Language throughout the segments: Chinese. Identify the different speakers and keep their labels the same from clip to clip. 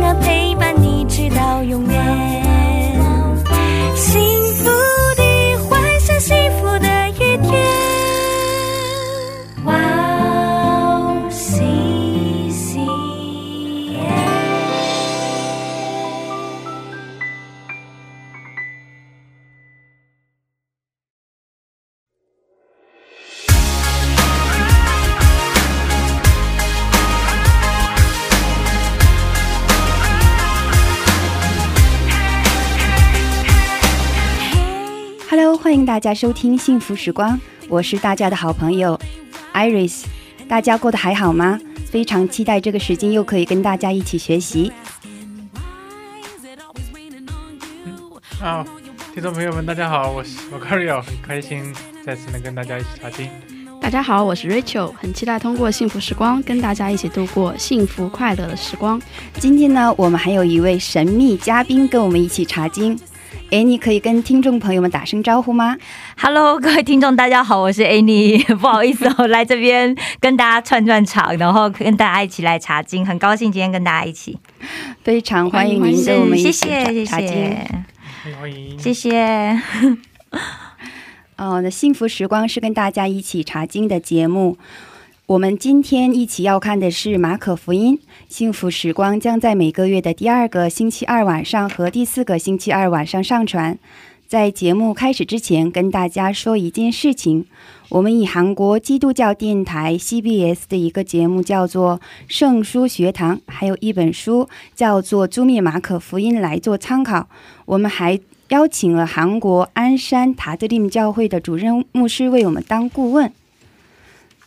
Speaker 1: 远陪伴你直到永远。幸福的幻想，幸福的一天。哇哦，西西耶！
Speaker 2: Hello，欢迎大家收听《幸福时光》，我是大家的好朋友 Iris。大家过得还好吗？非常期待这个时间又可以跟大家一起学习。
Speaker 3: 啊，听众朋友们，大家好，我是我 c a r i o 很开心再次能跟大家一起打听。
Speaker 4: 大家好，我是 Rachel，很期待通过幸福时光跟大家一起度过幸福快乐的时光。
Speaker 2: 今天呢，我们还有一位神秘嘉宾跟我们一起查经。哎，你可以跟听众朋友们打声招呼吗？
Speaker 5: Hello，各位 听众，大家好，我是 Annie，不 好意思哦，来这边跟大家串串场，然后跟大家一起来查经，很高兴今天跟大家一起，嗯
Speaker 2: 非常欢迎
Speaker 4: 欢迎
Speaker 2: 您跟我们一
Speaker 5: 谢
Speaker 2: 起
Speaker 5: 谢谢
Speaker 2: 查查经。
Speaker 5: 谢
Speaker 3: 欢迎欢迎，
Speaker 5: 谢谢，
Speaker 2: 哦，那幸福时光是跟大家一起查经的节目。我们今天一起要看的是马可福音。幸福时光将在每个月的第二个星期二晚上和第四个星期二晚上上传。在节目开始之前，跟大家说一件事情：我们以韩国基督教电台 CBS 的一个节目叫做《圣书学堂》，还有一本书叫做《朱密马可福音》来做参考。我们还邀请了韩国鞍山塔特林教会的主任牧师为我们当顾问。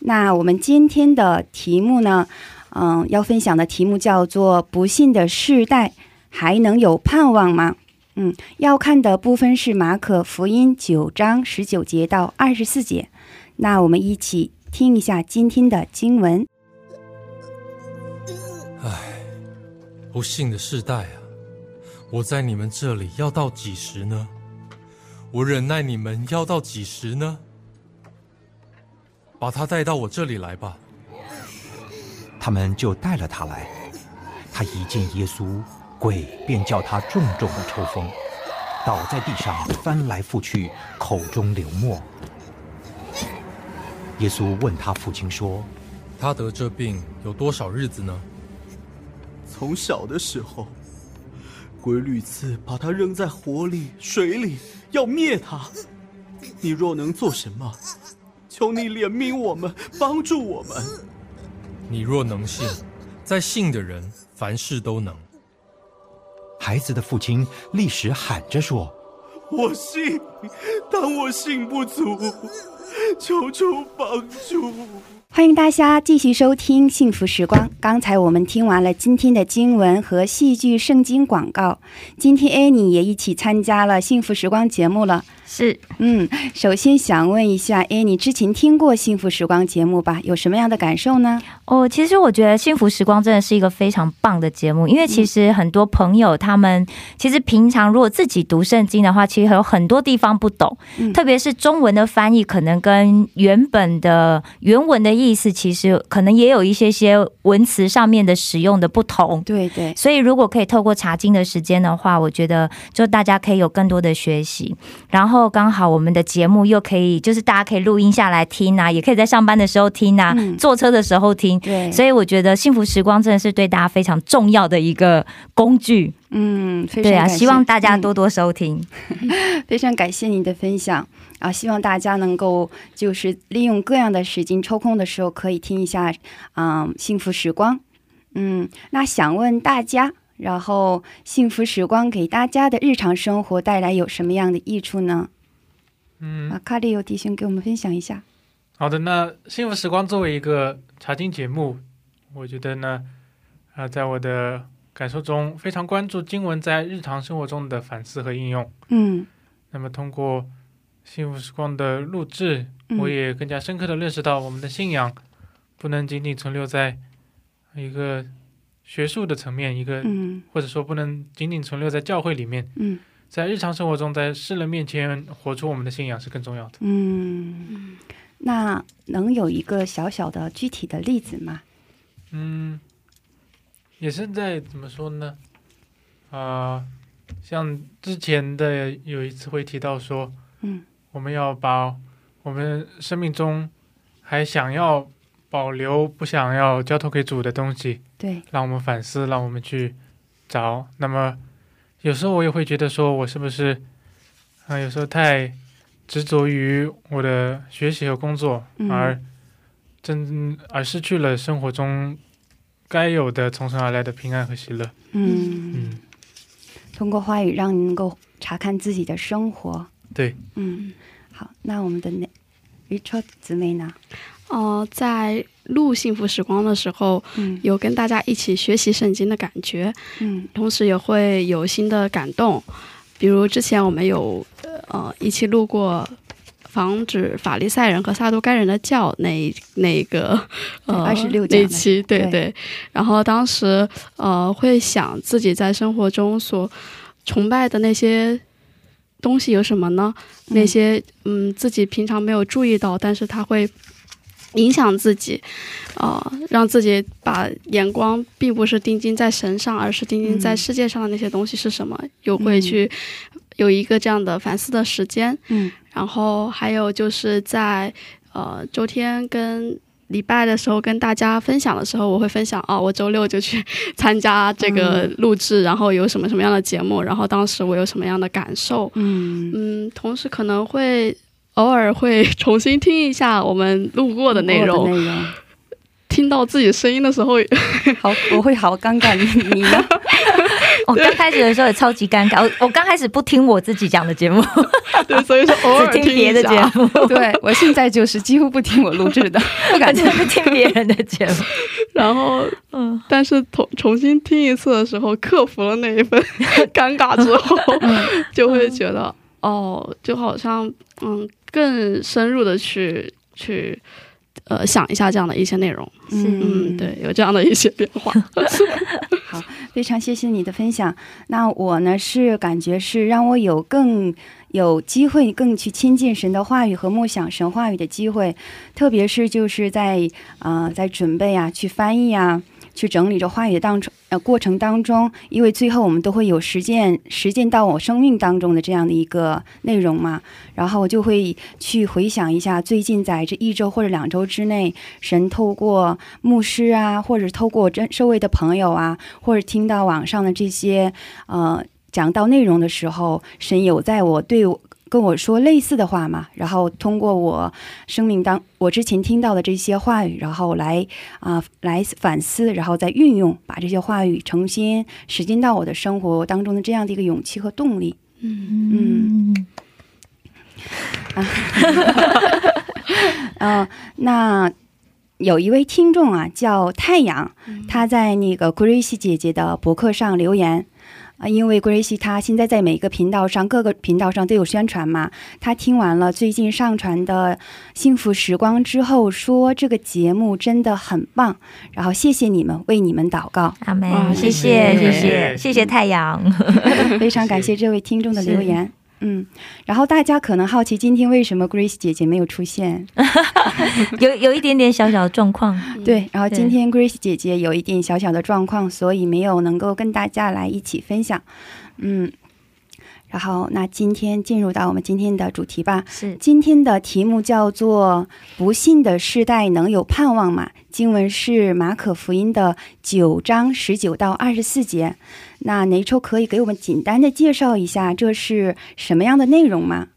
Speaker 2: 那我们今天的题目呢，嗯，要分享的题目叫做“不幸的世代还能有盼望吗？”嗯，要看的部分是马可福音九章十九节到二十四节。那我们一起听一下今天的经文。
Speaker 6: 不幸的世代啊，我在你们这里要到几时呢？我忍耐你们要到几时呢？把他带到我这里来吧。
Speaker 7: 他们就带了他来。他一见耶稣，鬼便叫他重重的抽风，倒在地上翻来覆去，口中流沫。耶稣问他父亲说
Speaker 6: 他得这病有多少日子呢？
Speaker 8: 从小的时候，鬼屡次把他扔在火里、水里，要灭他。你若能做什么，求你怜悯我们，帮助我们。
Speaker 6: 你若能信，在信的人凡事都能。：“
Speaker 7: 孩子的父亲立时喊着说
Speaker 8: 我信，但我信不足，求主帮助。
Speaker 2: 欢迎大家继续收听《幸福时光》。刚才我们听完了今天的经文和戏剧圣经广告，今天 Annie 也一起参加了《幸福时光》节目了。
Speaker 5: 是
Speaker 2: 嗯，首先想问一下 Annie，之前听过《幸福时光》节目吧？有什么样的感受呢？
Speaker 5: 哦，其实我觉得《幸福时光》真的是一个非常棒的节目，因为其实很多朋友他们其实平常如果自己读圣经的话，其实有很多地方不懂，
Speaker 2: 嗯
Speaker 5: 特别是中文的翻译，可能跟原本的原文的意思，其实可能也有一些些文词上面的使用的不同。
Speaker 2: 对对，
Speaker 5: 所以，如果可以透过查经的时间的话，我觉得就大家可以有更多的学习。然后，刚好我们的节目又可以，就是大家可以录音下来听啊，也可以在上班的时候听啊，
Speaker 2: 嗯
Speaker 5: 坐车的时候听。
Speaker 2: 对
Speaker 5: 所以，我觉得幸福时光真的是对大家非常重要的一个工具。
Speaker 2: 嗯，非常
Speaker 5: 对啊，
Speaker 2: 感谢
Speaker 5: 希望大家
Speaker 2: 嗯
Speaker 5: 多多收听。
Speaker 2: 非常感谢您的分享啊！希望大家能够就是利用各样的时间抽空的时候，可以听一下嗯《幸福时光》。嗯，那想问大家，然后《幸福时光》给大家的日常生活带来有什么样的益处呢？
Speaker 3: 嗯，
Speaker 2: 啊，卡里有弟兄给我们分享一下。
Speaker 3: 好的。那幸福时光作为一个查经节目，我觉得呢，啊、在我的感受中，非常关注经文在日常生活中的反思和应用。
Speaker 2: 嗯
Speaker 3: 那么通过幸福时光的录制，
Speaker 2: 嗯
Speaker 3: 我也更加深刻的认识到，我们的信仰不能仅仅存留在一个学术的层面，一个
Speaker 2: 嗯
Speaker 3: 或者说不能仅仅存留在教会里面，
Speaker 2: 嗯
Speaker 3: 在日常生活中，在世人面前活出我们的信仰是更重要的。
Speaker 2: 嗯，那能有一个小小的具体的例子吗？
Speaker 3: 嗯，也是在怎么说呢？啊、像之前的有一次会提到说，
Speaker 2: 嗯，
Speaker 3: 我们要把我们生命中还想要保留、不想要交托给主的东西，
Speaker 2: 对，
Speaker 3: 让我们反思，让我们去找。那么有时候我也会觉得说，我是不是啊、有时候太执着于我的学习和工作，
Speaker 2: 嗯
Speaker 3: 而真而失去了生活中该有的从神而来的平安和喜乐。
Speaker 2: 嗯，
Speaker 3: 嗯，
Speaker 2: 通过话语让你能够查看自己的生活。
Speaker 3: 对，
Speaker 2: 嗯，好，那我们的那 Rachel 姊妹呢？
Speaker 4: 呃，在录幸福时光的时候，
Speaker 2: 嗯
Speaker 4: 有跟大家一起学习圣经的感觉，
Speaker 2: 嗯
Speaker 4: 同时也会有新的感动。比如之前我们有呃一起录过防止法利赛人和撒都该人的教那一那一个
Speaker 2: 对
Speaker 4: 呃
Speaker 2: 26
Speaker 4: 那
Speaker 2: 讲
Speaker 4: 一
Speaker 2: 的
Speaker 4: 期，对
Speaker 2: 对
Speaker 4: 对。然后当时呃会想自己在生活中所崇拜的那些东西有什么呢？
Speaker 2: 嗯
Speaker 4: 那些嗯自己平常没有注意到，但是它会影响自己，呃，让自己把眼光并不是定睛在神上，而是定睛在
Speaker 2: 嗯
Speaker 4: 世界上的那些东西是什么，又会去有一个这样的反思的时间。
Speaker 2: 嗯
Speaker 4: 然后还有就是在呃周天跟礼拜的时候跟大家分享的时候，我会分享哦，我周六就去参加这个录制，然后有什么什么样的节目，然后当时我有什么样的感受，
Speaker 2: 嗯，
Speaker 4: 嗯，同时可能会偶尔会重新听一下我们录过的内
Speaker 2: 我的
Speaker 4: 容，
Speaker 2: 内容，
Speaker 4: 听到自己声音的时候，
Speaker 2: 好，我会好尴尬。你你呢？
Speaker 5: 我刚开始的时候也超级尴 尬，我我刚开始不听我自己讲的节目，
Speaker 4: 对，所以 说偶
Speaker 5: 只
Speaker 4: 尔
Speaker 5: 听
Speaker 4: 听
Speaker 5: 别
Speaker 4: 一
Speaker 5: 的节
Speaker 4: 下，
Speaker 5: 目，
Speaker 2: 对我现在就是几乎不听我录制的，不
Speaker 5: 我
Speaker 2: 敢听
Speaker 5: 真。的是听别人的节 目。
Speaker 4: 然后
Speaker 5: 嗯，
Speaker 4: 但是重重新听一次的时候，克服了那一 份尴尬之后，
Speaker 5: 嗯
Speaker 4: 就会觉得哦，就好像嗯，更深入的去去呃想一下这样的一些内容，嗯，对，有这样的一些变化，
Speaker 2: 非常谢谢你的分享。那我呢是感觉是让我有更有机会更去亲近神的话语和默想神话语的机会，特别是就是在呃在准备啊去翻译啊。去整理着话语的当中，呃，过程当中，因为最后我们都会有实践，实践到我生命当中的这样的一个内容嘛，然后我就会去回想一下最近在这一周或者两周之内，神透过牧师啊，或者透过真社会的朋友啊，或者听到网上的这些呃讲到内容的时候，神有在我对我跟我说类似的话嘛，然后通过我生命当我之前听到的这些话语，然后来啊、来反思，然后再运用，把这些话语重新实践到我的生活当中的这样的一个勇气和动力。
Speaker 5: 嗯，
Speaker 2: 嗯，那有一位听众啊，叫太阳，他在那个 Gracie 姐姐的博客上留言。啊，因为 Gracie 她现在在每一个频道上，各个频道上都有宣传嘛。她听完了最近上传的《幸福时光》之后，说这个节目真的很棒，然后谢谢你们，为你们祷 告。
Speaker 5: 阿梅
Speaker 4: 哇，
Speaker 5: 谢
Speaker 4: 谢
Speaker 5: 谢
Speaker 4: 谢
Speaker 5: 谢谢谢谢太阳，
Speaker 2: 非常感谢这位听众的留言。嗯，然后大家可能好奇，今天为什么 Grace 姐姐没有出现？
Speaker 5: 有有一点点小小的状况，
Speaker 2: 对，然后今
Speaker 5: 对
Speaker 2: 天 Grace 姐姐有一点小小的状况，所以没有能够跟大家来一起分享。嗯，然后那今天进入到我们今天的主题吧。
Speaker 5: 是
Speaker 2: 今天的题目叫做“不幸的世代能有盼望吗？”经文是马可福音的九章十九到二十四节。那哪抽可以给我们简单的介绍一下这是什么样的内容吗？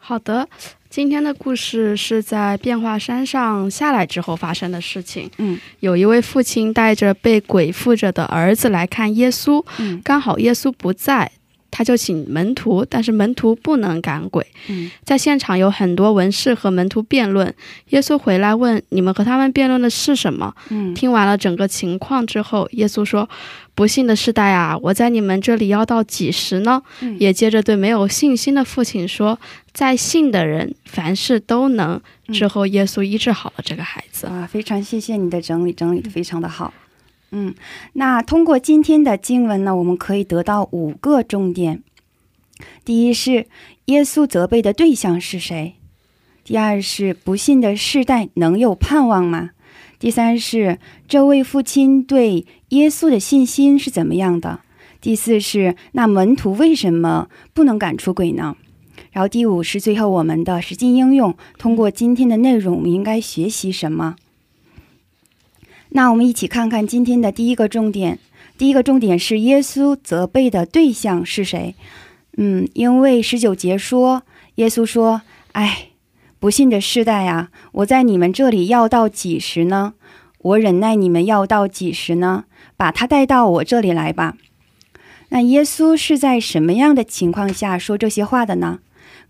Speaker 4: 好的，今天的故事是在变化山上下来之后发生的事情。
Speaker 2: 嗯，
Speaker 4: 有一位父亲带着被鬼附着的儿子来看耶稣，
Speaker 2: 嗯
Speaker 4: 刚好耶稣不在。他就请门徒，但是门徒不能赶鬼。
Speaker 2: 嗯
Speaker 4: 在现场有很多文士和门徒辩论。耶稣回来问：“你们和他们辩论的是什么？”
Speaker 2: 嗯
Speaker 4: 听完了整个情况之后，耶稣说：“不幸的世代啊，我在你们这里要到几时呢？”
Speaker 2: 嗯
Speaker 4: 也接着对没有信心的父亲说：“在信的人，凡事都能。”
Speaker 2: 嗯
Speaker 4: 之后，耶稣医治好了这个孩子。
Speaker 2: 啊，非常谢谢你的整理，整理的非常的好。嗯，那通过今天的经文呢，我们可以得到五个重点。第一是耶稣责备的对象是谁？第二是不信的世代能有盼望吗？第三是这位父亲对耶稣的信心是怎么样的？第四是那门徒为什么不能赶出鬼呢？然后第五是最后我们的实际应用，通过今天的内容，我们应该学习什么？那我们一起看看今天的第一个重点。第一个重点是耶稣责备的对象是谁？嗯，因为十九节说，耶稣说：“哎，不信的世代啊，我在你们这里要到几时呢？我忍耐你们要到几时呢？把他带到我这里来吧。”那耶稣是在什么样的情况下说这些话的呢？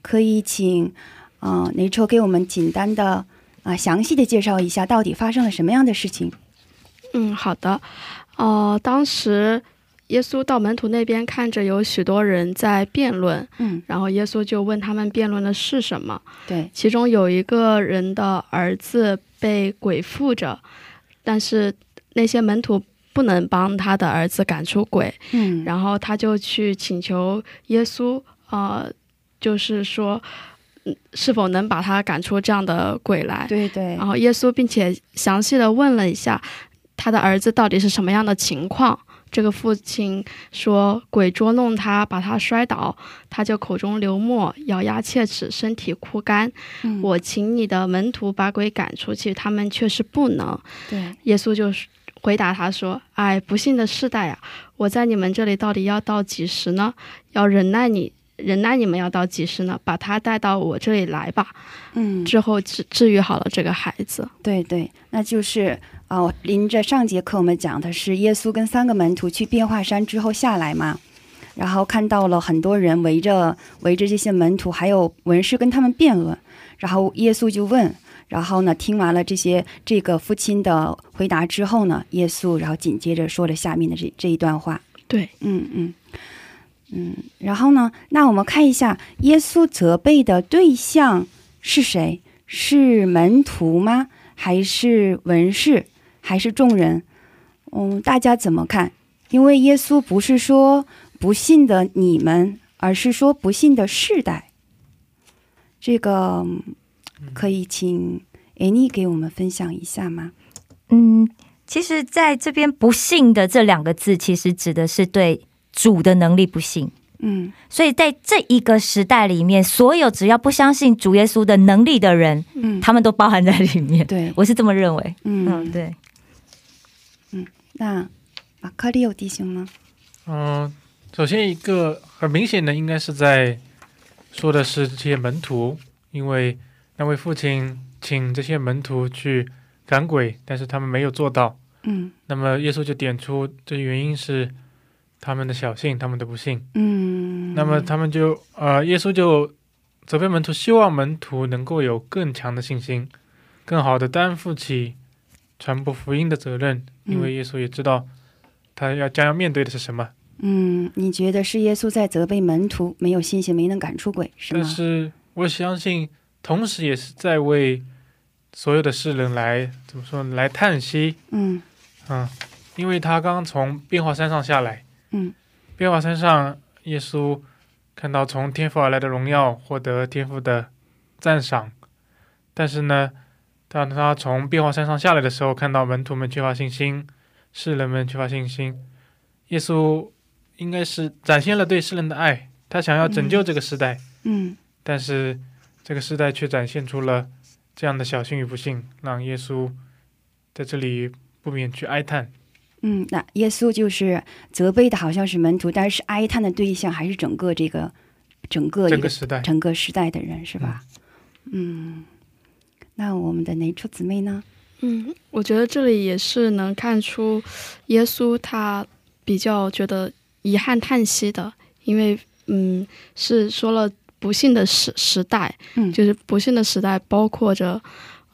Speaker 2: 可以请，呃，雷抽给我们简单的啊、呃详细的介绍一下，到底发生了什么样的事情？
Speaker 4: 嗯，好的。呃，当时耶稣到门徒那边，看着有许多人在辩论，
Speaker 2: 嗯，
Speaker 4: 然后耶稣就问他们辩论的是什么。
Speaker 2: 对，
Speaker 4: 其中有一个人的儿子被鬼附着，但是那些门徒不能帮他的儿子赶出鬼，
Speaker 2: 嗯，
Speaker 4: 然后他就去请求耶稣，呃，就是说，嗯是否能把他赶出这样的鬼来？
Speaker 2: 对对
Speaker 4: 然，后耶稣并且详细的问了一下他的儿子到底是什么样的情况。这个父亲说，鬼捉弄他，把他摔倒，他就口中流沫，咬牙切齿，身体枯干。
Speaker 2: 嗯
Speaker 4: 我请你的门徒把鬼赶出去，他们却是不能。
Speaker 2: 对，
Speaker 4: 耶稣就是回答他说：“哎，不幸的世代啊，我在你们这里到底要到几时呢？要忍耐你，忍耐你们要到几时呢？把他带到我这里来吧。”
Speaker 2: 嗯，
Speaker 4: 之后治治愈好了这个孩子。
Speaker 2: 对对，那就是啊、我临着上节课我们讲的是耶稣跟三个门徒去变化山之后下来嘛，然后看到了很多人围着围着这些门徒还有文士跟他们辩论，然后耶稣就问。然后呢，听完了这些这个父亲的回答之后呢，耶稣然后紧接着说了下面的这这一段话，
Speaker 4: 对，
Speaker 2: 嗯嗯嗯，然后呢，那我们看一下耶稣责备的对象是谁？是门徒吗？还是文士？还是众人？嗯，大家怎么看？因为耶稣不是说不信的你们，而是说不信的世代。这个嗯可以请 Annie 给我们分享一下吗？
Speaker 5: 嗯，其实在这边“不信”的这两个字，其实指的是对主的能力不信。
Speaker 2: 嗯
Speaker 5: 所以在这一个时代里面，所有只要不相信主耶稣的能力的人，
Speaker 2: 嗯，
Speaker 5: 他们都包含在里面。
Speaker 2: 对，
Speaker 5: 我是这么认为。嗯，
Speaker 2: 嗯，
Speaker 5: 对，
Speaker 2: 那马克利有弟兄吗？
Speaker 3: 嗯，首先一个很明显的应该是在说的是这些门徒，因为那位父亲请这些门徒去赶鬼，但是他们没有做到。
Speaker 2: 嗯
Speaker 3: 那么耶稣就点出这原因是他们的小信，他们的不信。
Speaker 2: 嗯，
Speaker 3: 那么他们就呃，耶稣就责备门徒，希望门徒能够有更强的信心，更好的担负起传播福音的责任，因为耶稣也知道他要将要面对的是什么。
Speaker 2: 嗯，你觉得是耶稣在责备门徒没有信心，没能赶出鬼，是吗？
Speaker 3: 但是我相信，同时也是在为所有的世人来怎么说呢来叹息，
Speaker 2: 嗯
Speaker 3: 嗯，因为他刚从变化山上下来，
Speaker 2: 嗯，
Speaker 3: 变化山上，耶稣看到从天父而来的荣耀，获得天父的赞赏，但是呢，当他从变化山上下来的时候，看到门徒们缺乏信心，世人们缺乏信心，耶稣应该是展现了对世人的爱，他想要拯救这个时代，
Speaker 2: 嗯
Speaker 3: 但是这个时代却展现出了这样的小信与不信，让耶稣在这里不免去哀叹。
Speaker 2: 嗯，那耶稣就是责备的好像是门徒，但是哀叹的对象还是整个这个整个一
Speaker 3: 这
Speaker 2: 个
Speaker 3: 个时代，
Speaker 2: 整个时代的人，是吧？嗯，那我们的哪处姊妹呢？
Speaker 4: 嗯，我觉得这里也是能看出耶稣他比较觉得遗憾叹息的，因为嗯是说了不幸的时时代，
Speaker 2: 嗯
Speaker 4: 就是不幸的时代包括着，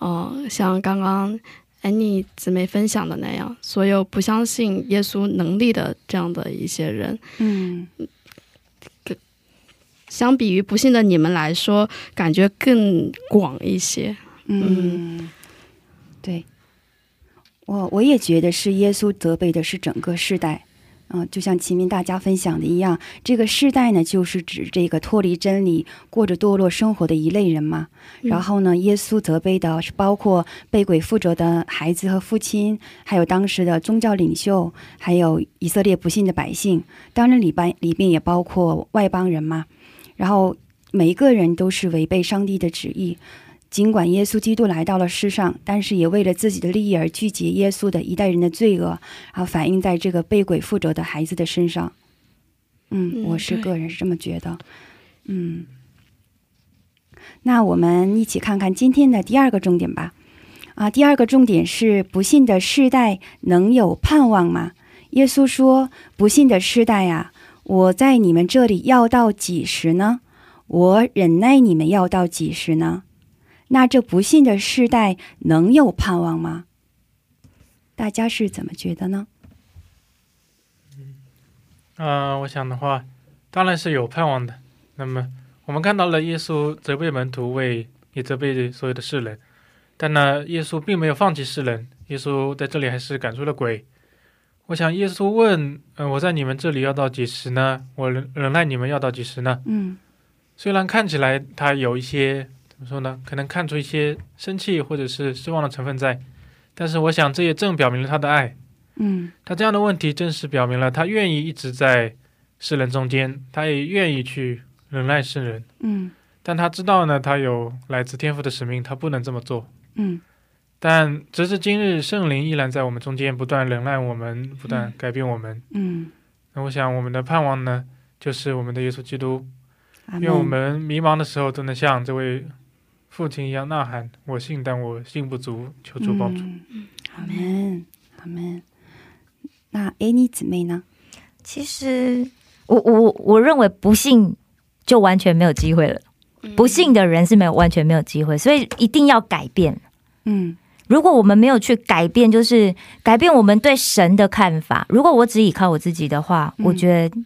Speaker 4: 呃，像刚刚。安妮姊妹分享的那样，所有不相信耶稣能力的这样的一些人，
Speaker 2: 嗯
Speaker 4: 相比于不幸的你们来说，感觉更广一些。
Speaker 2: 嗯，对，我我也觉得是耶稣责备的是整个世代，嗯、就像齐民大家分享的一样，这个世代呢，就是指这个脱离真理、过着堕落生活的一类人嘛。然后呢，耶稣责备的是包括被鬼附着的孩子和父亲，还有当时的宗教领袖，还有以色列不信的百姓。当然里边里边也包括外邦人嘛。然后每一个人都是违背上帝的旨意。尽管耶稣基督来到了世上，但是也为了自己的利益而拒绝耶稣的一代人的罪恶，然后反映在这个被鬼附着的孩子的身上。嗯，
Speaker 4: 嗯
Speaker 2: 我是
Speaker 4: 对
Speaker 2: 个人是这么觉得。嗯，那我们一起看看今天的第二个重点吧。啊，第二个重点是不信的世代能有盼望吗？耶稣说：“不信的世代啊，我在你们这里要到几时呢？我忍耐你们要到几时呢？那这不信的世代能有盼望吗？大家是怎么觉得呢？
Speaker 3: 嗯，我想的话，当然是有盼望的。那么我们看到了耶稣责备门徒，为也责备所有的世人，但呢，耶稣并没有放弃世人。耶稣在这里还是赶出了鬼。我想，耶稣问：“嗯、我在你们这里要到几时呢？我忍忍耐你们要到几时呢
Speaker 2: 嗯？”
Speaker 3: 虽然看起来他有一些怎么说呢，可能看出一些生气或者是失望的成分在，但是我想这也正表明了他的爱。
Speaker 2: 嗯
Speaker 3: 他这样的问题正是表明了他愿意一直在世人中间，他也愿意去忍耐世人，
Speaker 2: 嗯
Speaker 3: 但他知道呢，他有来自天父的使命，他不能这么做。
Speaker 2: 嗯
Speaker 3: 但直至今日，圣灵依然在我们中间不断忍耐我们，不断改变我们。
Speaker 2: 嗯，
Speaker 3: 那我想，我们的盼望呢，就是我们的耶稣基督，
Speaker 2: 阿
Speaker 3: 愿我
Speaker 2: 门。
Speaker 3: 们迷茫的时候都能像这位父亲一样呐喊：“我信，但我信不足，求主帮助。
Speaker 2: 嗯，阿门，阿门。那 A 妮姊妹呢？
Speaker 5: 其实，我我我认为不信就完全没有机会了，不信的人是没有完全没有机会，所以一定要改变。
Speaker 2: 嗯
Speaker 5: 如果我们没有去改变，就是改变我们对神的看法。如果我只依靠我自己的话，
Speaker 2: 嗯
Speaker 5: 我觉得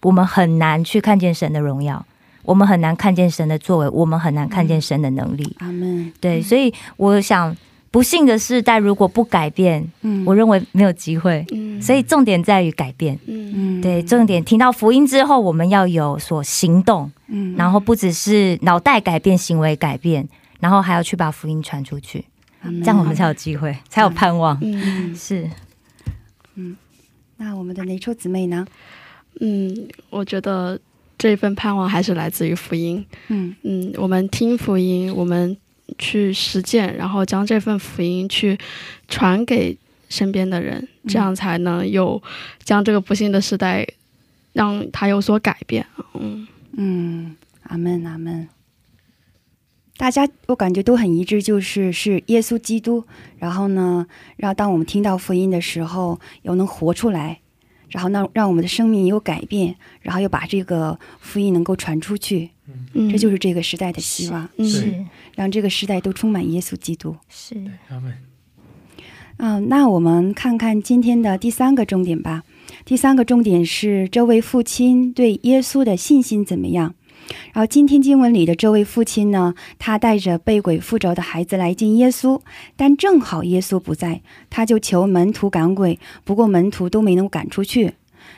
Speaker 5: 我们很难去看见神的荣耀，我们很难看见神的作为，我们很难看见神的能力。
Speaker 2: 阿门。
Speaker 5: 对，所以我想，不幸的世代如果不改变，
Speaker 2: 嗯，
Speaker 5: 我认为没有机会。
Speaker 4: 嗯
Speaker 5: 所以重点在于改变。
Speaker 4: 嗯
Speaker 2: 嗯
Speaker 5: 对，重点听到福音之后，我们要有所行动，
Speaker 2: 嗯，
Speaker 5: 然后不只是脑袋改变，行为改变，然后还要去把福音传出去，
Speaker 2: 阿门
Speaker 5: 这样我们才有机会，才有盼望。
Speaker 4: 嗯
Speaker 5: 是，
Speaker 2: 那我们的雷臭姊妹呢？
Speaker 4: 嗯，我觉得这份盼望还是来自于福音。
Speaker 2: 嗯
Speaker 4: 嗯，我们听福音，我们去实践，然后将这份福音去传给身边的人，
Speaker 2: 嗯
Speaker 4: 这样才能有将这个不幸的时代，让它有所改变。嗯
Speaker 2: 嗯，阿门阿门。大家我感觉都很一致，就是是耶稣基督。然后呢，让当我们听到福音的时候，又能活出来，然后让让我们的生命有改变，然后又把这个福音能够传出去，
Speaker 4: 嗯，
Speaker 2: 这就是这个时代的希望，
Speaker 4: 嗯
Speaker 5: 是
Speaker 2: 让这个时代都充满耶稣基督。
Speaker 5: 是，”
Speaker 3: 阿门。
Speaker 2: 嗯，那我们看看今天的第三个重点吧。第三个重点是这位父亲对耶稣的信心怎么样？然后今天经文里的这位父亲呢，他带着被鬼附着的孩子来见耶稣，但正好耶稣不在，他就求门徒赶鬼，不过门徒都没能赶出去。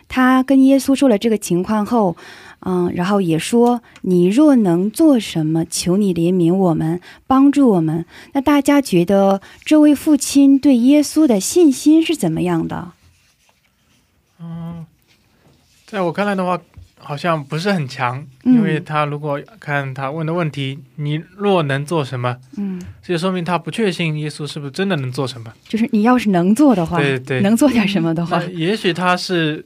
Speaker 2: 他跟耶稣说了这个情况后，嗯，然后也说：“你若能做什么，求你怜悯我们，帮助我们。”那大家觉得这位父亲对耶稣的信心是怎么样的？
Speaker 3: 嗯，在我看来的话，好像不是很强，
Speaker 2: 嗯
Speaker 3: 因为他如果看他问的问题，你若能做什么，
Speaker 2: 嗯，
Speaker 3: 这就说明他不确信耶稣是不是真的能做什么。
Speaker 2: 就是你要是能做的话，
Speaker 3: 对对
Speaker 2: 能做点什么的话
Speaker 3: 那，也许他是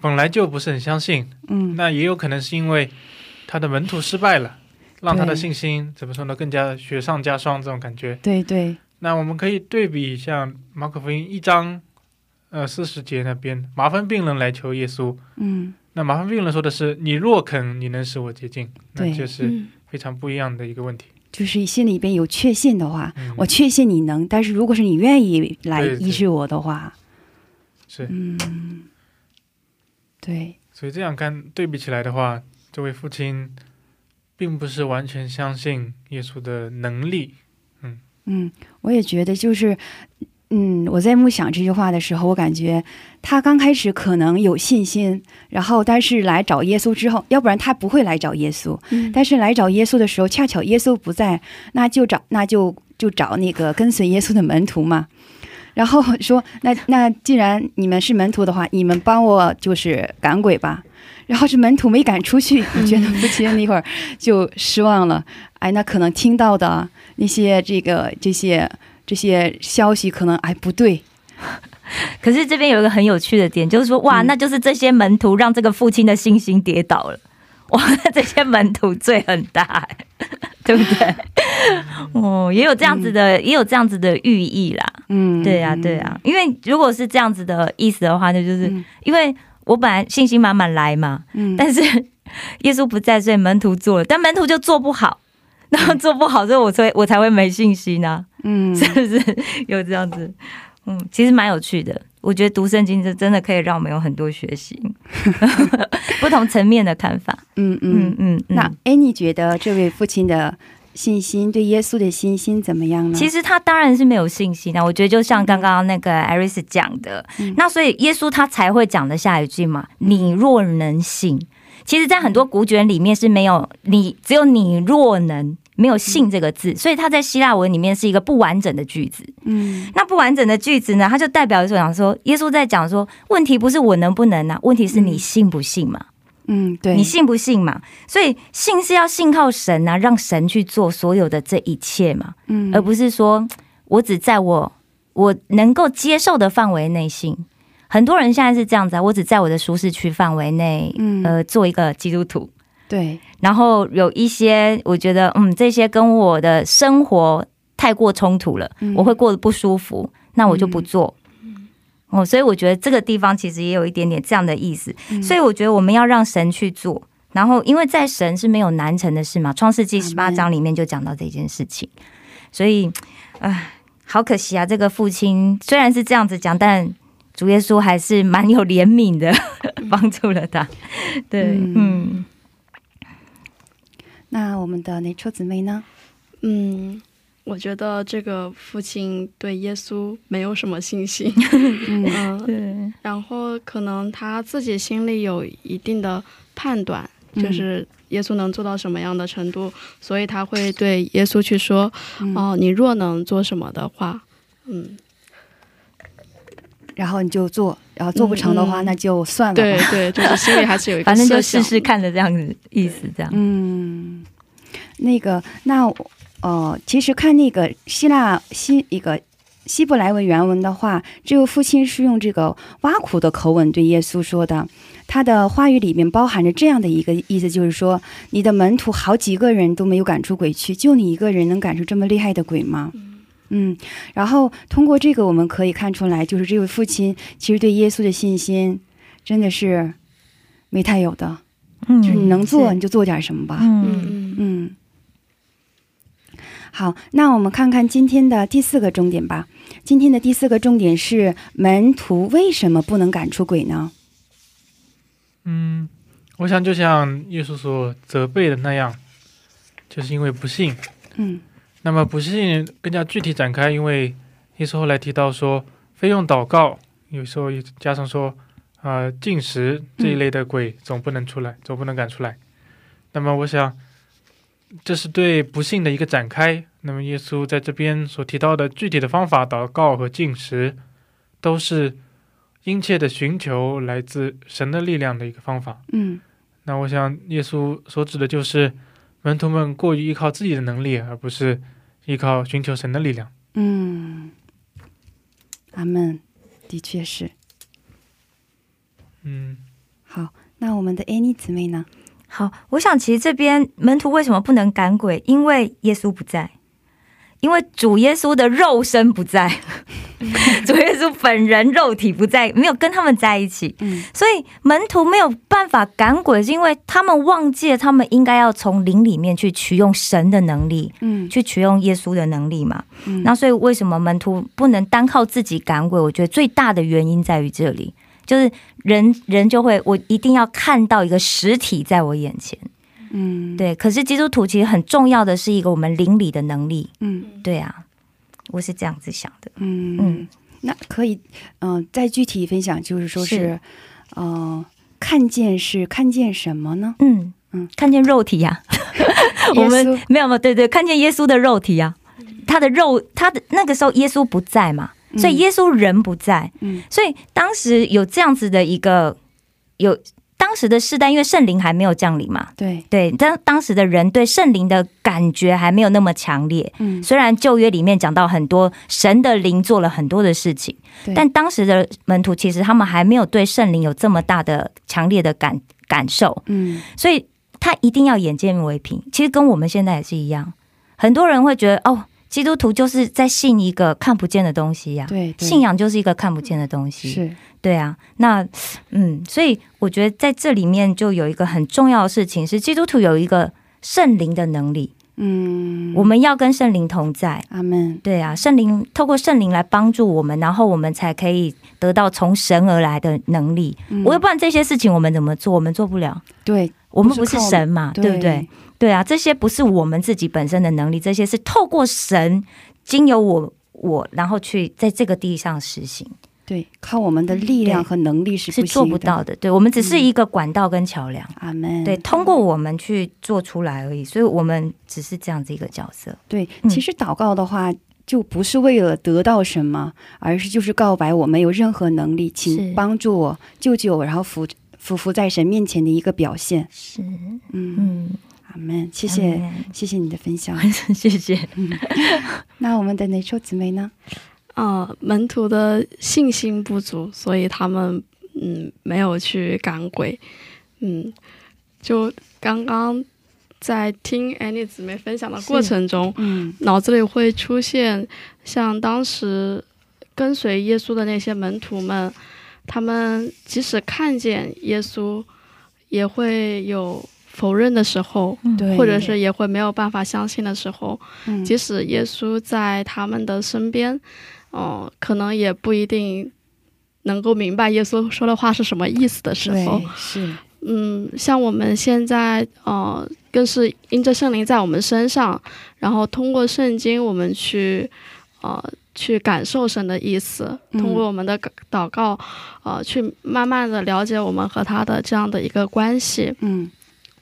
Speaker 3: 本来就不是很相信，
Speaker 2: 嗯
Speaker 3: 那也有可能是因为他的门徒失败了，让他的
Speaker 2: 对
Speaker 3: 信心怎么说呢，更加雪上加霜这种感觉。
Speaker 2: 对对，
Speaker 3: 那我们可以对比像马可福音一章，呃四十节那边，麻烦病人来求耶稣，
Speaker 2: 嗯
Speaker 3: 那麻烦病人说的是：“你若肯，你能使我洁净。”
Speaker 2: 对
Speaker 3: 那就是
Speaker 4: 嗯
Speaker 3: 非常不一样的一个问题。
Speaker 2: 就是心里边有确信的话，
Speaker 3: 嗯
Speaker 2: 我确信你能，但是如果是你愿意来
Speaker 3: 对对
Speaker 2: 医治我的话，
Speaker 3: 是，
Speaker 2: 嗯，对，
Speaker 3: 所以这样看对比起来的话，这位父亲并不是完全相信耶稣的能力。
Speaker 2: 嗯，我也觉得就是嗯，我在默想这句话的时候，我感觉他刚开始可能有信心，然后但是来找耶稣之后，要不然他不会来找耶稣。
Speaker 4: 嗯
Speaker 2: 但是来找耶稣的时候，恰巧耶稣不在，那就找那就就找那个跟随耶稣的门徒嘛。然后说，那那既然你们是门徒的话，你们帮我就是赶鬼吧。然后是门徒没赶出去，你觉得父亲那会 儿就失望了。哎，那可能听到的那些这个这些这些消息，可能哎不对，
Speaker 5: 可是这边有一个很有趣的点，就是说，
Speaker 2: 嗯
Speaker 5: 哇，那就是这些门徒让这个父亲的信心跌倒了。哇， 这些门徒罪很大、 对不 对？哦，也有这样子的，也有这样子的寓意啦。
Speaker 2: 嗯，
Speaker 5: 对呀、啊对呀、因为如果是这样子的意思的话，那就是、
Speaker 2: 嗯
Speaker 5: 因为我本来信心满满来嘛，
Speaker 2: 嗯，
Speaker 5: 但是 耶稣不在，所以门徒做了，但门徒就做不好， 然后做不好，所以我才我才会没信心啊，
Speaker 2: 嗯
Speaker 5: 是不是有这样子？嗯，其实蛮有趣的。我觉得读圣经这真的可以让我们有很多学习， 不同层面的看法。
Speaker 2: 嗯
Speaker 5: 嗯
Speaker 2: 嗯。
Speaker 5: 嗯，嗯
Speaker 2: 那哎，你觉得这位父亲的信心对耶稣的信心怎么样呢？
Speaker 5: 其
Speaker 2: 实，
Speaker 5: 实他当然是没有信心啊的。我觉得就像刚刚那个艾瑞斯讲的，
Speaker 2: 嗯
Speaker 5: 那所以耶稣他才会讲的下一句嘛：“你若能
Speaker 2: 嗯
Speaker 5: 信。”其实，在很多古卷里面是没有你，只有你若能。没有“信”这个字，所以它在希腊文里面是一个不完整的句子。
Speaker 2: 嗯
Speaker 5: 那不完整的句子呢，它就代表说，讲说耶稣在讲说，问题不是我能不能啊，问题是你信不信嘛。
Speaker 2: 嗯，对，
Speaker 5: 你信不信嘛？所以信是要信靠神啊，让神去做所有的这一切嘛，
Speaker 2: 嗯
Speaker 5: 而不是说我只在我我能够接受的范围内信。很多人现在是这样子啊，我只在我的舒适区范围内，
Speaker 2: 嗯
Speaker 5: 呃，做一个基督徒。
Speaker 2: 对，
Speaker 5: 然后有一些，我觉得，嗯，这些跟我的生活太过冲突了，
Speaker 2: 嗯
Speaker 5: 我会过得不舒服，那我就不做。哦，所以我觉得这个地方其实也有一点点这样的意思，
Speaker 2: 嗯
Speaker 5: 所以我觉得我们要让神去做。然后，因为在神是没有难成的事嘛，《创世纪》十八
Speaker 2: Amen
Speaker 5: 章里面就讲到这件事情，所以，唉，好可惜啊！这个父亲虽然是这样子讲，但主耶稣还是蛮有怜悯的， 帮助了他。对，
Speaker 2: 嗯
Speaker 5: 嗯
Speaker 2: 那我们的哪处姊妹呢？
Speaker 4: 嗯，我觉得这个父亲对耶稣没有什么信心，
Speaker 2: 嗯
Speaker 4: 嗯，
Speaker 5: 对，
Speaker 4: 然后可能他自己心里有一定的判断，
Speaker 5: 嗯
Speaker 4: 就是耶稣能做到什么样的程度，所以他会对耶稣去说：“
Speaker 2: 嗯
Speaker 4: 哦，你若能做什么的话，嗯，
Speaker 2: 然后你就做，然后做不成的话，
Speaker 4: 嗯嗯
Speaker 2: 那就算了
Speaker 4: 对
Speaker 2: 吧。
Speaker 4: 对，就是心里还是有一个
Speaker 5: 啊 反正就
Speaker 4: 设
Speaker 5: 试
Speaker 4: 想
Speaker 5: 试看的这样子意思，这样。
Speaker 2: 嗯，那个，那我呃，其实看那个希腊希一个希伯来文原文的话，这个父亲是用这个挖苦的口吻对耶稣说的。他的话语里面包含着这样的一个意思，就是说，你的门徒好几个人都没有赶出鬼去，就你一个人能赶出这么厉害的鬼吗？嗯，然后通过这个，我们可以看出来，就是这位父亲其实对耶稣的信心真的是没太有的。
Speaker 5: 嗯
Speaker 2: 就是你能做
Speaker 5: 是
Speaker 2: 你就做点什么吧。
Speaker 5: 嗯，
Speaker 4: 嗯嗯
Speaker 2: 嗯，好，那我们看看今天的第四个重点吧。今天的第四个重点是门徒为什么不能赶出鬼呢？
Speaker 3: 嗯，我想就像耶稣所责备的那样，就是因为不信。
Speaker 2: 嗯
Speaker 3: 那么不信更加具体展开，因为耶稣后来提到说，非用祷告，有时候也加上说，呃，进食这一类的鬼总不能出来，总不能赶出来。那么我想，这是对不信的一个展开。那么耶稣在这边所提到的具体的方法，祷告和进食，都是殷切的寻求来自神的力量的一个方法。
Speaker 2: 嗯
Speaker 3: 那我想，耶稣所指的就是门徒们过于依靠自己的能力，而不是依靠寻求神的力量。
Speaker 2: 嗯，阿门，的确是。
Speaker 3: 嗯，
Speaker 2: 好，那我们的 Annie 姊妹呢？
Speaker 5: 好，我想其实这边门徒为什么不能赶鬼？因为耶稣不在，因为主耶稣的肉身不在，
Speaker 2: 嗯
Speaker 5: 主耶稣本人肉体不在，没有跟他们在一起，
Speaker 2: 嗯
Speaker 5: 所以门徒没有办法赶鬼，是因为他们忘记了他们应该要从灵里面去取用神的能力，
Speaker 2: 嗯
Speaker 5: 去取用耶稣的能力嘛。
Speaker 2: 嗯
Speaker 5: 那所以为什么门徒不能单靠自己赶鬼？我觉得最大的原因在于这里，就是人人就会我一定要看到一个实体在我眼前。
Speaker 2: 嗯
Speaker 5: 对，可是基督徒其实很重要的是一个我们邻里的能力。
Speaker 2: 嗯
Speaker 5: 对啊，我是这样子想的。
Speaker 2: 嗯
Speaker 5: 嗯
Speaker 2: 嗯，那可以，嗯、再具体分享，就是说
Speaker 5: 是
Speaker 2: 是，呃，看见是看见什么呢？
Speaker 5: 嗯嗯
Speaker 2: 嗯，
Speaker 5: 看见肉体呀、我们
Speaker 2: 耶稣
Speaker 5: 没有没有，对对，看见耶稣的肉体呀、他的肉，他的那个时候耶稣不在嘛，
Speaker 2: 嗯
Speaker 5: 所以耶稣人不在，
Speaker 2: 嗯
Speaker 5: 所以当时有这样子的一个有当时的世代，因为圣灵还没有降临嘛，
Speaker 2: 对，
Speaker 5: 对，当当时的人对圣灵的感觉还没有那么强烈，
Speaker 2: 嗯，
Speaker 5: 虽然旧约里面讲到很多神的灵做了很多的事情
Speaker 2: 对，
Speaker 5: 但当时的门徒其实他们还没有对圣灵有这么大的强烈的感感受，
Speaker 2: 嗯
Speaker 5: 所以他一定要眼见为凭。其实跟我们现在也是一样，很多人会觉得哦，基督徒就是在信一个看不见的东西呀、
Speaker 2: 对，对
Speaker 5: 信仰就是一个看不见的东西，
Speaker 2: 是
Speaker 5: 对啊，那嗯，所以我觉得在这里面就有一个很重要的事情是，基督徒有一个圣灵的能力，
Speaker 2: 嗯，
Speaker 5: 我们要跟圣灵同在，
Speaker 2: 阿门，
Speaker 5: 对啊，圣灵透过圣灵来帮助我们，然后我们才可以得到从神而来的能力。
Speaker 2: 嗯
Speaker 5: 我要不然这些事情我们怎么做？我们做不了，
Speaker 2: 对
Speaker 5: 我们不
Speaker 2: 不是
Speaker 5: 是
Speaker 2: 靠
Speaker 5: 神嘛，对不对？？对啊，这些不是我们自己本身的能力，这些是透过神，经由我我，然后去在这个地上实行，
Speaker 2: 对，靠我们的力量和能力是
Speaker 5: 是
Speaker 2: 不
Speaker 5: 做
Speaker 2: 行
Speaker 5: 不
Speaker 2: 的嗯
Speaker 5: 到的。对我们只是一个管道跟桥梁，
Speaker 2: 阿门。
Speaker 5: 对，通
Speaker 2: 嗯
Speaker 5: 过我们去做出来而已。所以我们只是这样子一个角色。
Speaker 2: 对，
Speaker 5: 嗯
Speaker 2: 其实祷告的话，就不是为了得到什么，而是就是告白我没有任何能力，
Speaker 5: 是
Speaker 2: 请帮助我、救救我，然后俯俯伏在神面前的一个表现。
Speaker 5: 是，
Speaker 2: 嗯，
Speaker 5: 嗯，
Speaker 2: 阿门。谢谢，谢谢你的分享。
Speaker 5: 嗯， 谢谢。
Speaker 2: 那我们的哪臭姊妹呢？
Speaker 4: 啊、门徒的信心不足，所以他们嗯没有去赶鬼，嗯，就刚刚在听 Annie 姊妹分享的过程中，
Speaker 2: 嗯
Speaker 4: 脑子里会出现像当时跟随耶稣的那些门徒们，他们即使看见耶稣，也会有否认的时候，
Speaker 5: 嗯
Speaker 2: 对
Speaker 4: 或者是也会没有办法相信的时候。
Speaker 2: 嗯
Speaker 4: 即使耶稣在他们的身边，嗯、可能也不一定能够明白耶稣说的话是什么意思的时候
Speaker 2: 对，是
Speaker 4: 嗯，像我们现在，呃，更是因着圣灵在我们身上，然后通过圣经，我们去，呃，去感受神的意思，
Speaker 2: 嗯
Speaker 4: 通过我们的祷告，呃，去慢慢的了解我们和他的这样的一个关系。
Speaker 2: 嗯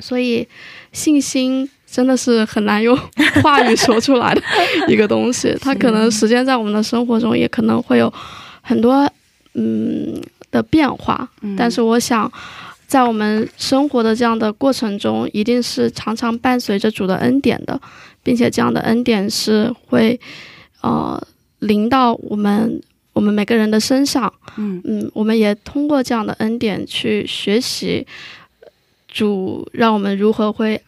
Speaker 4: 所以，信心真的是很难用 话语说出来的一个东西。它可能实践在我们的生活中，也可能会有很多嗯的变化。
Speaker 2: 嗯，
Speaker 4: 但是我想，在我们生活的这样的过程中，一定是常常伴随着主的恩典的，并且这样的恩典是会呃临到我们我们每个人的身上。
Speaker 2: 嗯
Speaker 4: 嗯，我们也通过这样的恩典去学习主让我们如何会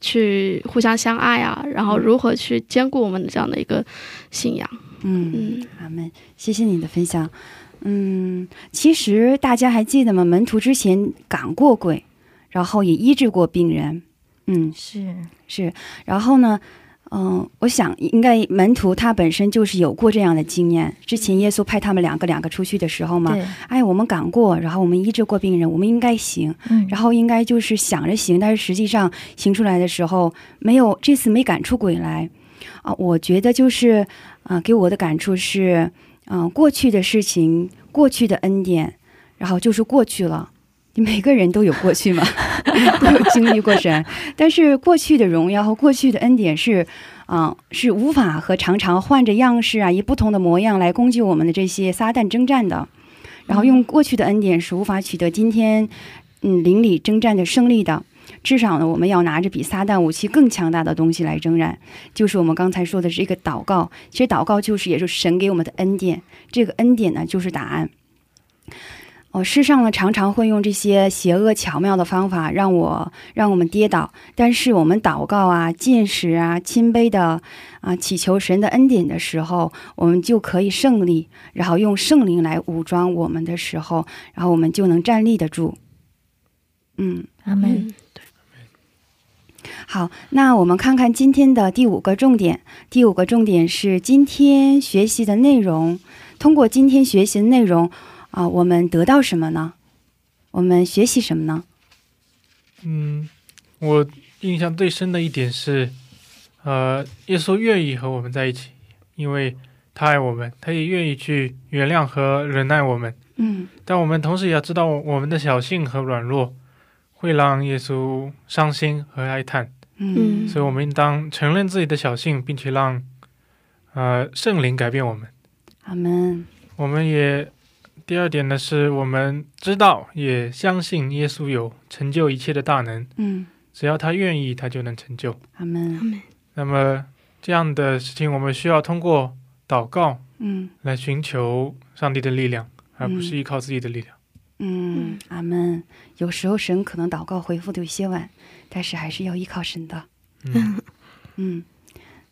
Speaker 4: 去互相相爱啊，然后如何去兼顾我们的这样的一个信仰。
Speaker 2: 嗯，
Speaker 4: 嗯
Speaker 2: 阿门。谢谢你的分享。嗯，其实大家还记得吗？门徒之前赶过鬼，然后也医治过病人。嗯，
Speaker 5: 是，
Speaker 2: 是，然后呢，嗯、我想应该门徒他本身就是有过这样的经验。之前耶稣派他们两个两个出去的时候嘛，
Speaker 5: 对，
Speaker 2: 哎，我们赶过，然后我们医治过病人，我们应该行，
Speaker 5: 嗯
Speaker 2: 然后应该就是想着行，但是实际上行出来的时候没有，这次没赶出鬼来啊、我觉得就是，啊、给我的感触是，嗯、过去的事情，过去的恩典，然后就是过去了。 每个人都有过去嘛， 都有经历过神，但是过去的荣耀和过去的恩典是，啊、是无法和常常换着样式啊，以不同的模样来攻击我们的这些撒旦征战的，然后用过去的恩典是无法取得今天，嗯，邻里征战的胜利的。至少呢，我们要拿着比撒旦武器更强大的东西来征战，就是我们刚才说的这个祷告。其实祷告就是也是神给我们的恩典，这个恩典呢就是答案。哦，世上呢常常会用这些邪恶巧妙的方法让我让我们跌倒，但是我们祷告啊、进食啊、谦卑的啊祈求神的恩典的时候，我们就可以胜利，然后用圣灵来武装我们的时候，然后我们就能站立得住。嗯，
Speaker 5: 阿门。
Speaker 4: 嗯
Speaker 2: 好，那我们看看今天的第五个重点。第五个重点是今天学习的内容。通过今天学习的内容啊、我们得到什么呢？我们学习什么呢？
Speaker 3: 嗯，我印象最深的一点是，呃，耶稣愿意和我们在一起，因为他爱我们，他也愿意去原谅和忍耐我们。
Speaker 2: 嗯
Speaker 3: 但我们同时也要知道，我们的小性和软弱会让耶稣伤心和哀叹，
Speaker 2: 嗯
Speaker 3: 所以我们应当承认自己的小性，并且让呃圣灵改变我们。
Speaker 2: 阿门，
Speaker 3: 我们也第二点呢，是我们知道也相信耶稣有成就一切的大能，
Speaker 2: 嗯
Speaker 3: 只要他愿意，他就能成就。
Speaker 2: 阿门，
Speaker 3: 那么这样的事情，我们需要通过祷告
Speaker 2: 嗯
Speaker 3: 来寻求上帝的力量，而不是依靠自己的力量。
Speaker 2: 嗯阿门。有时候神可能祷告回复的有些晚，但是还是要依靠神的。
Speaker 3: 嗯，
Speaker 2: 嗯，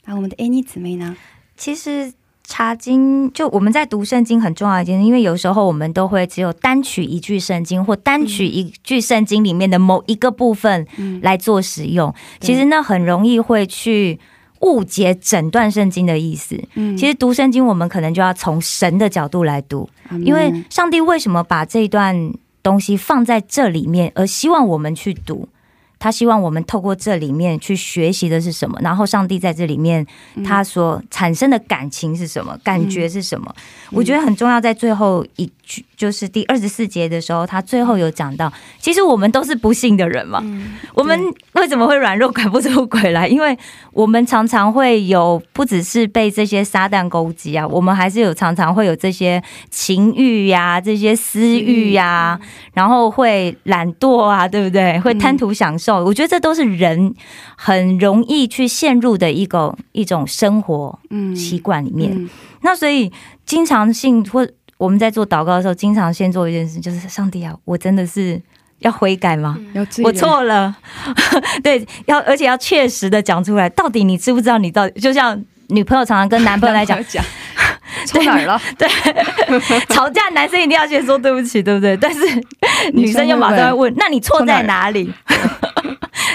Speaker 2: 那我们的 Annie 姊妹呢？
Speaker 5: 其实查经就我们在读圣经很重要的一件事，因为有时候我们都会只有单取一句圣经，或单取一句圣经里面的某一个部分
Speaker 2: 嗯
Speaker 5: 来做使用。
Speaker 2: 对
Speaker 5: 其实那很容易会去误解整段圣经的意思。
Speaker 2: 嗯
Speaker 5: 其实读圣经，我们可能就要从神的角度来读，因
Speaker 2: 嗯
Speaker 5: 为上帝为什么把这一段东西放在这里面，而希望我们去读？他希望我们透过这里面去学习的是什么，然后上帝在这里面他所产生的感情是什么，感觉是什么？我觉得很重要。在最后一句，就是第二十四节的时候，他最后有讲到，其实我们都是不幸的人嘛，
Speaker 2: 嗯
Speaker 5: 我们为什么会软弱，拐不出鬼来？因为我们常常会有，不只是被这些撒旦勾击啊，我们还是有常常会有这些情欲呀、这些私欲呀、
Speaker 2: 嗯
Speaker 5: 然后会懒惰啊，对不对？会贪图享受，我觉得这都是人很容易去陷入的一个一种生活
Speaker 2: 嗯
Speaker 5: 习惯里面。
Speaker 2: 嗯
Speaker 5: 那所以经常性或我们在做祷告的时候，经常先做一件事，就是上帝啊，我真的是要悔改吗？
Speaker 2: 要
Speaker 5: 我错了， 对，要而且要确实的讲出来，到底你知不知道？你到底就像女朋友常常跟 男朋友来讲，
Speaker 2: 讲，错哪儿了？
Speaker 5: 吵架，男生一定要先说对不起，对不 对？但是女生就马上会问：“那你错在哪 里？”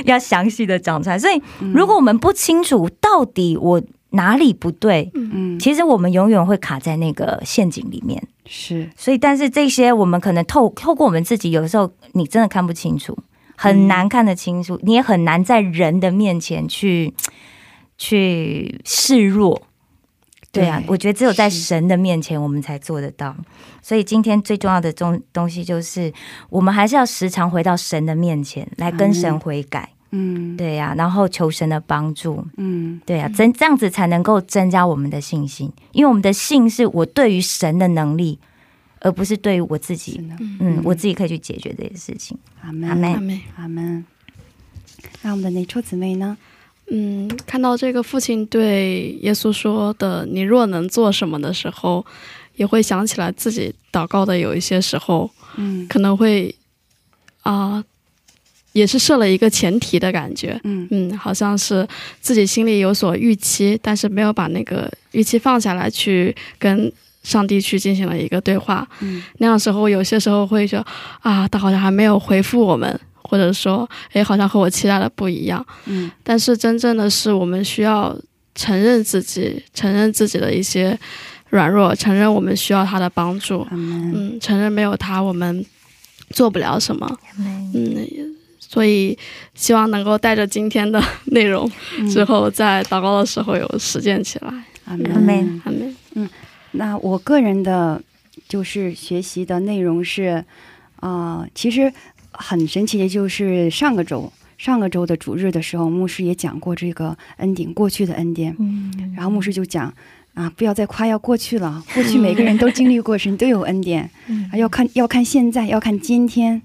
Speaker 5: 要详细的讲出来。所以，如果我们不清楚到底我哪里不对，
Speaker 2: 嗯，
Speaker 5: 其实我们永远会卡在那个陷阱里面。
Speaker 2: 是
Speaker 5: 所以，但是这些我们可能透透过我们自己，有时候你真的看不清楚，很难看得清楚，你也很难在人的面前去去示弱。对啊
Speaker 2: 对，
Speaker 5: 我觉得只有在
Speaker 2: 是
Speaker 5: 神的面前，我们才做得到。所以今天最重要的东东西就是，我们还是要时常回到神的面前来跟神悔改。
Speaker 2: 嗯
Speaker 5: 对呀、然后求神的帮助。
Speaker 2: 嗯
Speaker 5: 对啊，增这样子才能够增加我们的信心，因为我们的信是我对于神的能力，而不是对于我自
Speaker 2: 是嗯
Speaker 5: 己。
Speaker 2: 呢，
Speaker 5: 嗯，我自己可以去解决这些事情。
Speaker 2: 阿门
Speaker 5: 阿门
Speaker 4: 阿妹，
Speaker 2: 阿门。那我们的哪处姊妹呢？
Speaker 4: 嗯，看到这个父亲对耶稣说的“你若能做什么”的时候，也会想起来自己祷告的有一些时候，
Speaker 2: 嗯
Speaker 4: 可能会啊、也是设了一个前提的感觉。
Speaker 2: 嗯
Speaker 4: 嗯，好像是自己心里有所预期，但是没有把那个预期放下来，去跟上帝去进行了一个对话。
Speaker 2: 嗯
Speaker 4: 那样时候，有些时候会说啊，他好像还没有回复我们，或者说，哎，好像和我期待的不一样。
Speaker 2: 嗯
Speaker 4: 但是真正的是，我们需要承认自己，承认自己的一些软弱，承认我们需要他的帮助。
Speaker 2: 阿门。
Speaker 4: 嗯，承认没有他，我们做不了什么。嗯，所以希望能够带着今天的内容，
Speaker 2: 嗯
Speaker 4: 之后在祷告的时候有实践起来。
Speaker 2: 阿
Speaker 5: 阿
Speaker 2: 门
Speaker 5: 门。
Speaker 4: 阿门。
Speaker 2: 那我个人的就是学习的内容是，呃，其实很神奇的就是上个周。上个周的主日的时候，牧师也讲过这个恩典，过去的恩典。
Speaker 5: 嗯，
Speaker 2: 然后牧师就讲啊，不要再夸耀过去了，过去每个人都经历过，神都有恩典，啊、要看要看现在，要看今天。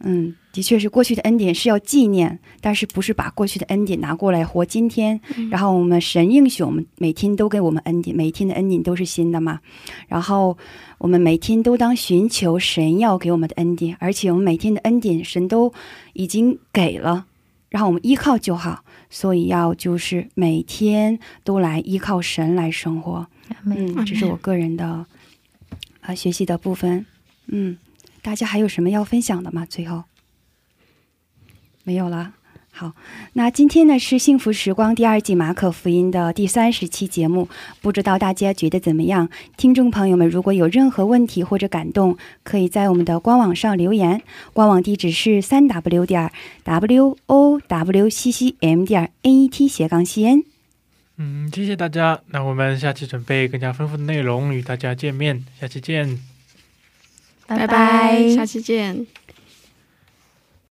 Speaker 2: 嗯，的确是过去的恩典是要纪念，但是不是把过去的恩典拿过来活今天？然后我们神应许我们每天都给我们恩典，每天的恩典都是新的嘛。然后我们每天都当寻求神要给我们的恩典，而且我们每天的恩典神都已经给了，然后我们依靠就好。所以要就是每天都来依靠神来生活。嗯，这是我个人的啊、呃学习的部分。嗯，大家还有什么要分享的吗？最后没有了。好，那今天呢是《幸福时光》第二季马可福音的第三十期节目，不知道大家觉得怎么样？听众朋友们，如果有任何问题或者感动，可以在我们的官网上留言，官网地址是三 w 点 w o w c c m 点 n e t 斜杠西 n。
Speaker 3: 嗯，谢谢大家。那我们下期准备更加丰富的内容与大家见面，下期见。
Speaker 4: 拜拜，下期见。